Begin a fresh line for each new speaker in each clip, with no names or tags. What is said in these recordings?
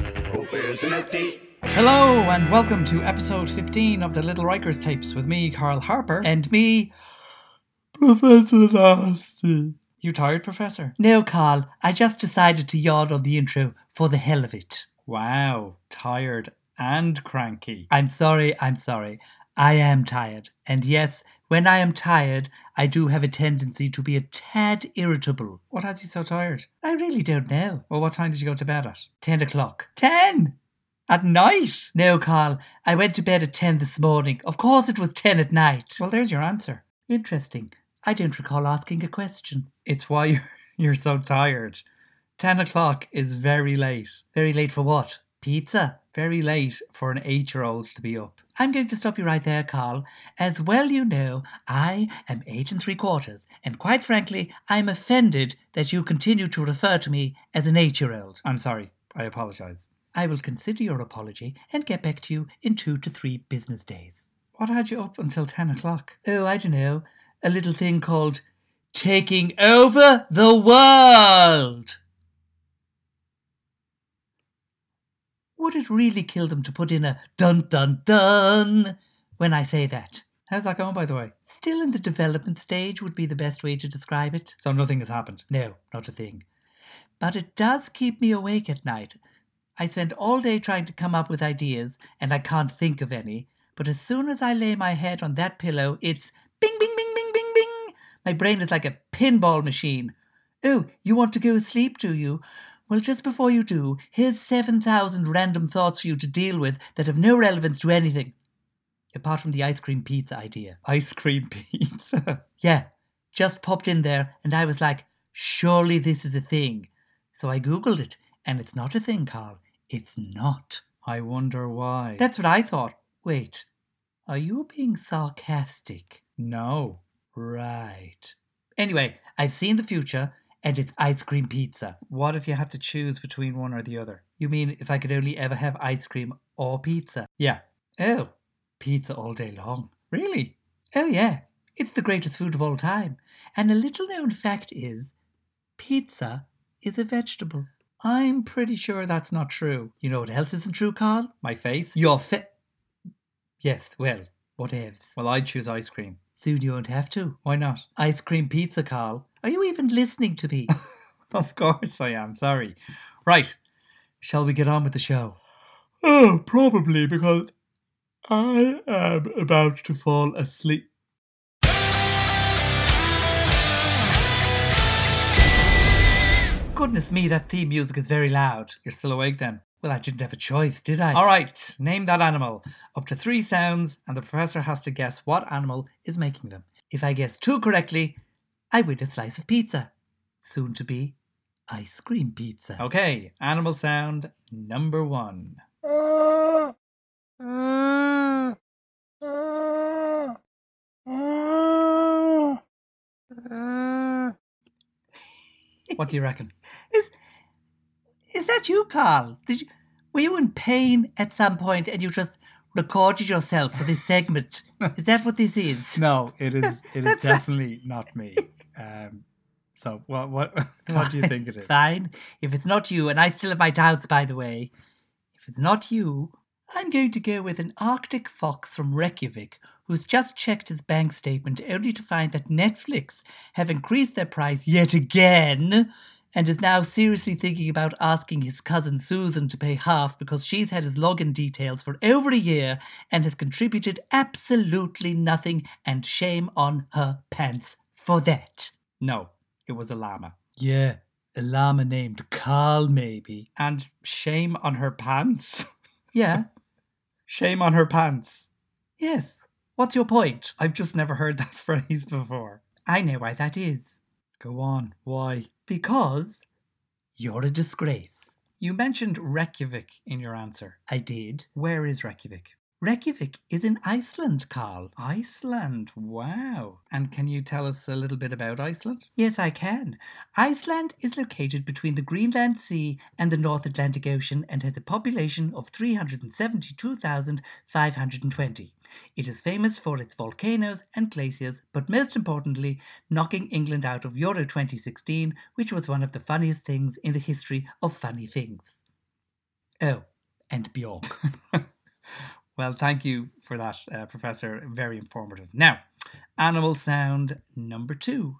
Where's an SD?
Hello and welcome to episode 15 of the Little Rikers tapes with me, Carl Harper, and me, Professor Austin. You tired, Professor? No, Carl. I just decided to yawn on the intro for the hell of it. Wow, tired and cranky. I'm sorry, I'm sorry. I am tired. And yes, when I am tired, I do have a tendency to be a tad irritable. What has you so tired? I really don't know. Well, what time did you go to bed at? Ten o'clock. Ten? At night? No, Carl. I went to bed at 10 this morning. Of course it was 10 at night. Well, there's your answer. Interesting. I don't recall asking a question. It's why you're, you're so tired. 10 o'clock is very late. Very late for what? Pizza. Very late for an eight year old to be up. I'm going to stop you right there, Carl. As well you know, I am eight and three quarters, and quite frankly, I'm offended that you continue to refer to me as an eight year old. I'm sorry. I apologise. I will consider your apology and get back to you in two to three business days. What had you up until 10 o'clock? Oh, I don't know. A little thing called Taking Over the World. Would it really kill them to put in a dun dun dun when I say that? How's that going, by the way? Still in the development stage would be the best way to describe it. So nothing has happened? No, not a thing. But it does keep me awake at night. I spend all day trying to come up with ideas, and I can't think of any. But as soon as I lay my head on that pillow, it's bing, bing, bing, bing, bing, bing. My brain is like a pinball machine. Oh, you want to go to sleep, do you? Well, just before you do, here's 7,000 random thoughts for you to deal with that have no relevance to anything. Apart from the ice cream pizza idea. Ice cream pizza? yeah, just popped in there, and I was like, surely this is a thing. So I googled it, and it's not a thing, Carl. It's not.
I wonder why.
That's what I thought. Wait, are you being sarcastic?
no.
Right. Anyway, I've seen the future, and it's ice cream pizza.
What if you had to choose between one or the other?
You mean if I could only ever have ice cream or pizza?
Yeah.
Oh, pizza all day long.
Really?
Oh, yeah. It's the greatest food of all time. And a little known fact is pizza is a vegetable.
I'm pretty sure that's not true.
You know what else isn't true, Carl?
My face?
Your fa- Yes, well, whatevs.
Well, I'd choose ice cream.
Soon you won't have to.
Why not?
Ice cream pizza, Carl. Are you even listening to me?
Of course I am. Sorry. Right.
Shall we get on with the show?
Oh, probably because I am about to fall asleep.
Goodness me, that theme music is very loud.
You're still awake then.
Well, I didn't have a choice, did I?
All right, name that animal. Up to three sounds, and the professor has to guess what animal
is making them. If I guess two correctly, I win a slice of pizza. Soon to be ice cream pizza.
Okay, animal sound number one. What do you reckon?
Is that you, Carl? Did you, were you in pain at some point and you just recorded yourself for this segment? is that what this is?
No, it is. It is
That's-
definitely not me. Um, so what? What? What do you think it is? Uh,
Fine. If it's not you, and I still have my doubts, by the way, if it's not you, I'm going to go with an Arctic fox from Reykjavik who's just checked his bank statement only to find that Netflix have increased their price yet again and is now seriously thinking about asking his cousin Susan to pay half because she's had his login details for over a year and has contributed absolutely nothing and shame on her pants for that.
No, it was a llama.
Yeah, a llama named Carl, maybe.
And shame on her pants.
Yeah,
shame on her pants.
yes. What's your point?
I've just never heard that phrase before.
I know why that is.
Go on. Why?
Because you're a disgrace.
You mentioned Reykjavik in your answer.
I did.
Where is Reykjavik?
Reykjavik is in Iceland, Carl.
Iceland. Wow. And can you tell us a little bit about Iceland?
Yes, I can. Iceland is located between the Greenland Sea and the North Atlantic Ocean and has a population of 372,520. It is famous for its volcanoes and glaciers, but most importantly, knocking England out of Euro 2016, which was one of the funniest things in the history of funny things. Oh, and Bjork. well, thank you for that, uh, Professor. Very informative. Now, animal sound number two.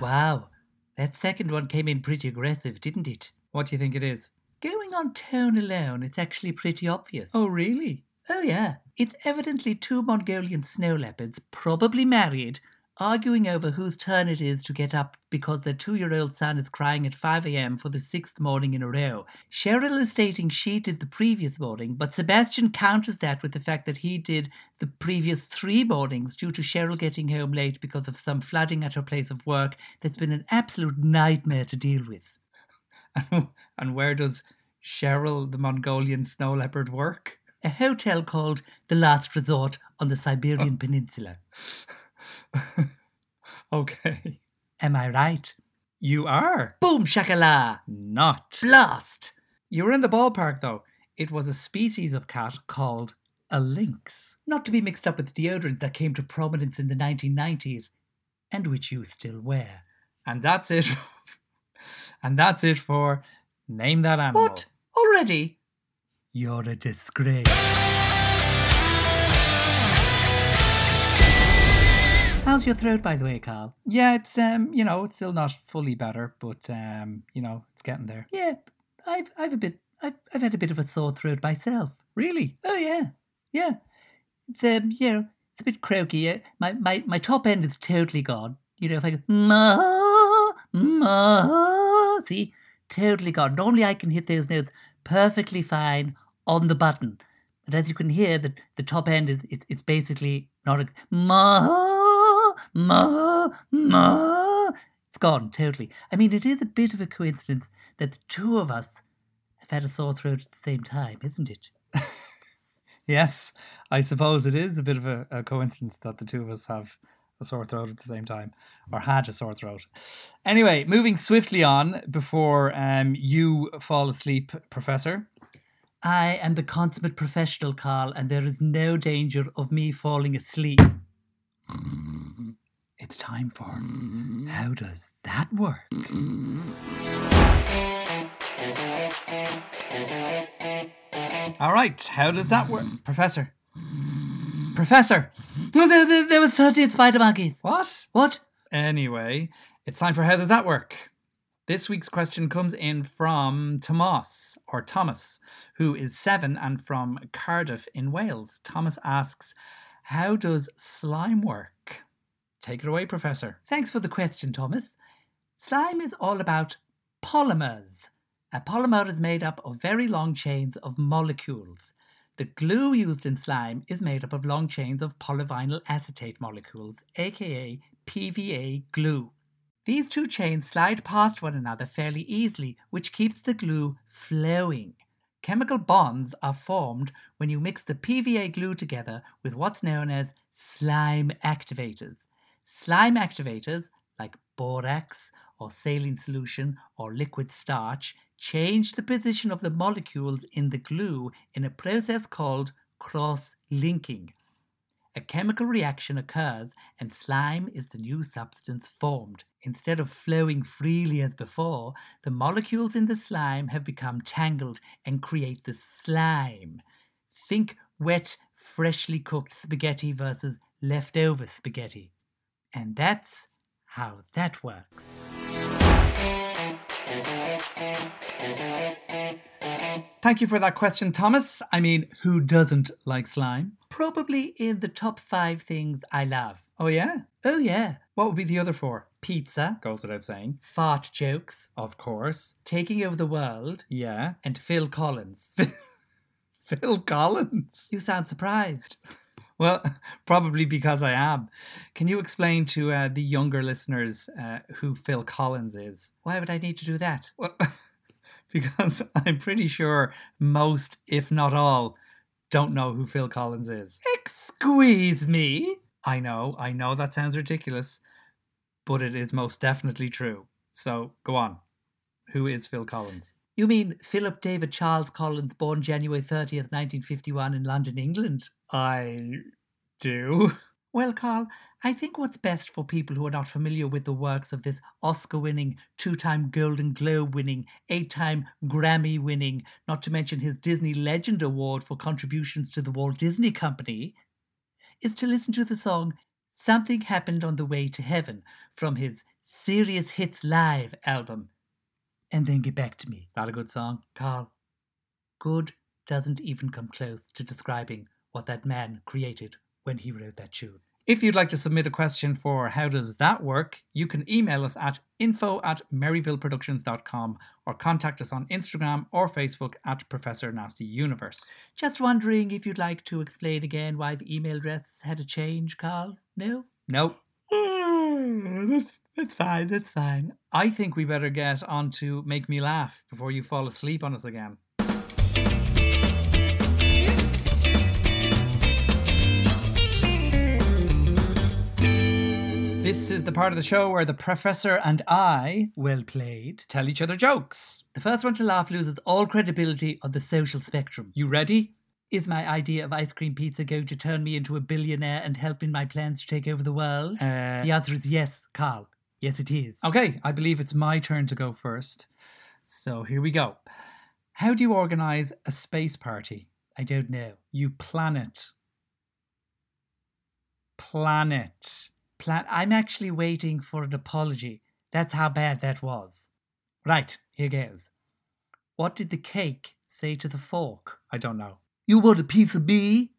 Wow, that second one came in pretty aggressive, didn't it? What do you think it is? Going on tone alone, it's actually pretty obvious. Oh, really? Oh, yeah. It's evidently two Mongolian snow leopards, probably married, arguing over whose turn it is to get up because their two year old son is crying at 5 a.m. for the sixth morning in a row. Cheryl is stating she did the previous morning, but Sebastian counters that with the fact that he did the previous three mornings due to Cheryl getting home late because of some flooding at her place of work that's been an absolute nightmare to deal with. and where does Cheryl, the Mongolian snow leopard, work? A hotel called The Last Resort on the Siberian Peninsula.
Okay.
Am I right? You are. Boom shakala!
Not.
Blast! You were in the ballpark though. It was a species of cat called a lynx. Not to be mixed up with deodorant that came to prominence in the 1990s and which you still wear. And that's it. and that's it for Name That Animal. What? Already? You're a disgrace. How's your throat, by the way, Carl? Yeah, it's um, you know, it's still not fully better, but um, you know, it's getting there. Yeah, I've I've a bit I've I've had a bit of a sore throat myself. Really? Oh yeah, yeah. It's um, you know, it's a bit croaky. Uh, my my my top end is totally gone. You know, if I go ma ma, see, totally gone. Normally I can hit those notes perfectly fine on the button. But as you can hear, the, the top end is it's it's basically not a ma ma ma. It's gone totally. I mean, it is a bit of a coincidence that the two of us have had a sore throat at the same time, isn't it?
Yes, I suppose it is a bit of a, a coincidence that the two of us have a sore throat at the same time, or had a sore throat.
Anyway, moving swiftly on before um, you fall asleep, Professor. I am the consummate professional, Carl, and there is no danger of me falling asleep. It's time for How Does That Work? All right, how does that work? Professor. Professor! No, there, there, there was 13 spider monkeys.
What?
What?
Anyway, it's time for How Does That Work? This week's question comes in from Tomas, or Thomas, who is seven and from Cardiff in Wales. Thomas asks, How does slime work? Take it away, Professor.
Thanks for the question, Thomas. Slime is all about polymers. A polymer is made up of very long chains of molecules. The glue used in slime is made up of long chains of polyvinyl acetate molecules, aka PVA glue. These two chains slide past one another fairly easily, which keeps the glue flowing. Chemical bonds are formed when you mix the PVA glue together with what's known as slime activators. Slime activators, like borax or saline solution or liquid starch, change the position of the molecules in the glue in a process called cross linking. A chemical reaction occurs and slime is the new substance formed. Instead of flowing freely as before, the molecules in the slime have become tangled and create the slime. Think wet, freshly cooked spaghetti versus leftover spaghetti. And that's how that works.
Thank you for that question, Thomas. I mean, who doesn't like slime?
Probably in the top five things I love.
Oh, yeah?
Oh, yeah.
What would be the other four?
Pizza,
Goes without saying.
fart jokes,
Of course.
taking over the world,
Yeah.
and Phil Collins.
Phil Collins.
you sound surprised.
Well, probably because I am. Can you explain to uh, the younger listeners uh, who Phil Collins is?
Why would I need to do that?
Well, because I'm pretty sure most, if not all, don't know who Phil Collins is.
Excuse me.
I know, I know that sounds ridiculous, but it is most definitely true. So go on. Who is Phil Collins?
You mean Philip David Charles Collins, born January 30th, 1951, in London, England?
I do.
Well, Carl, I think what's best for people who are not familiar with the works of this Oscar winning, two time Golden Globe winning, eight time Grammy winning, not to mention his Disney Legend Award for contributions to the Walt Disney Company, is to listen to the song Something Happened on the Way to Heaven from his Serious Hits Live album, and then get back to me.
Not a good song.
Carl, good doesn't even come close to describing what that man created when he wrote that tune.
If you'd like to submit a question for How Does That Work, you can email us at info at merryvilleproductions.com or contact us on Instagram or Facebook at Professor Nasty Universe.
Just wondering if you'd like to explain again why the email address had to change, Carl? No?
Nope.
that's, that's fine, that's fine.
I think we better get on to Make Me Laugh before you fall asleep on us again. This is the part of the show where the professor and I
Well played.
tell each other jokes.
The first one to laugh loses all credibility on the social spectrum.
You ready?
Is my idea of ice cream pizza going to turn me into a billionaire and help in my plans to take over the world?
Uh,
the answer is yes, Carl. Yes, it is.
Okay, I believe it's my turn to go first. So here we go. How do you organize a space party?
I don't know.
You plan it. Plan it.
Plan- I'm actually waiting for an apology. That's how bad that was. Right, here goes. What did the cake say to the fork?
I don't know.
You want a piece of me?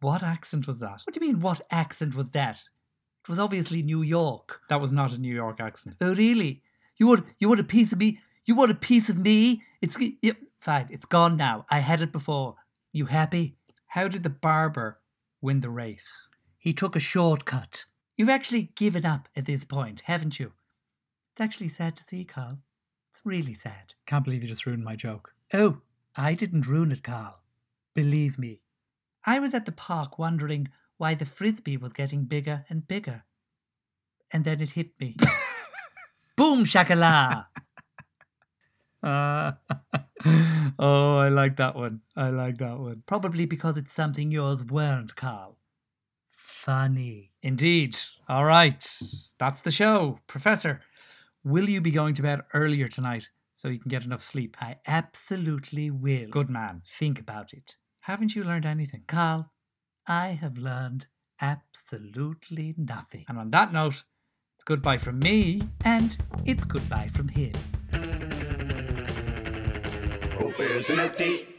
What accent was that?
What do you mean, what accent was that? It was obviously New York.
That was not a New York accent.
Oh, really? You want, you want a piece of me? You want a piece of me? It's g- yep, fine. It's gone now. I had it before. You happy?
How did the barber win the race?
He took a shortcut. You've actually given up at this point, haven't you? It's actually sad to see, Carl. It's really sad.
Can't believe you just ruined my joke.
Oh, I didn't ruin it, Carl. Believe me. I was at the park wondering why the frisbee was getting bigger and bigger. And then it hit me. Boom, shakala!
Uh, oh, I like that one. I like that one.
Probably because it's something yours weren't, Carl. Funny.
Indeed. All right. That's the show. Professor, will you be going to bed earlier tonight so you can get enough sleep?
I absolutely will.
Good man.
Think about it.
Haven't you learned anything?
Carl, I have learned absolutely nothing.
And on that note, it's goodbye from me.
And it's goodbye from him.
Professor Nasty.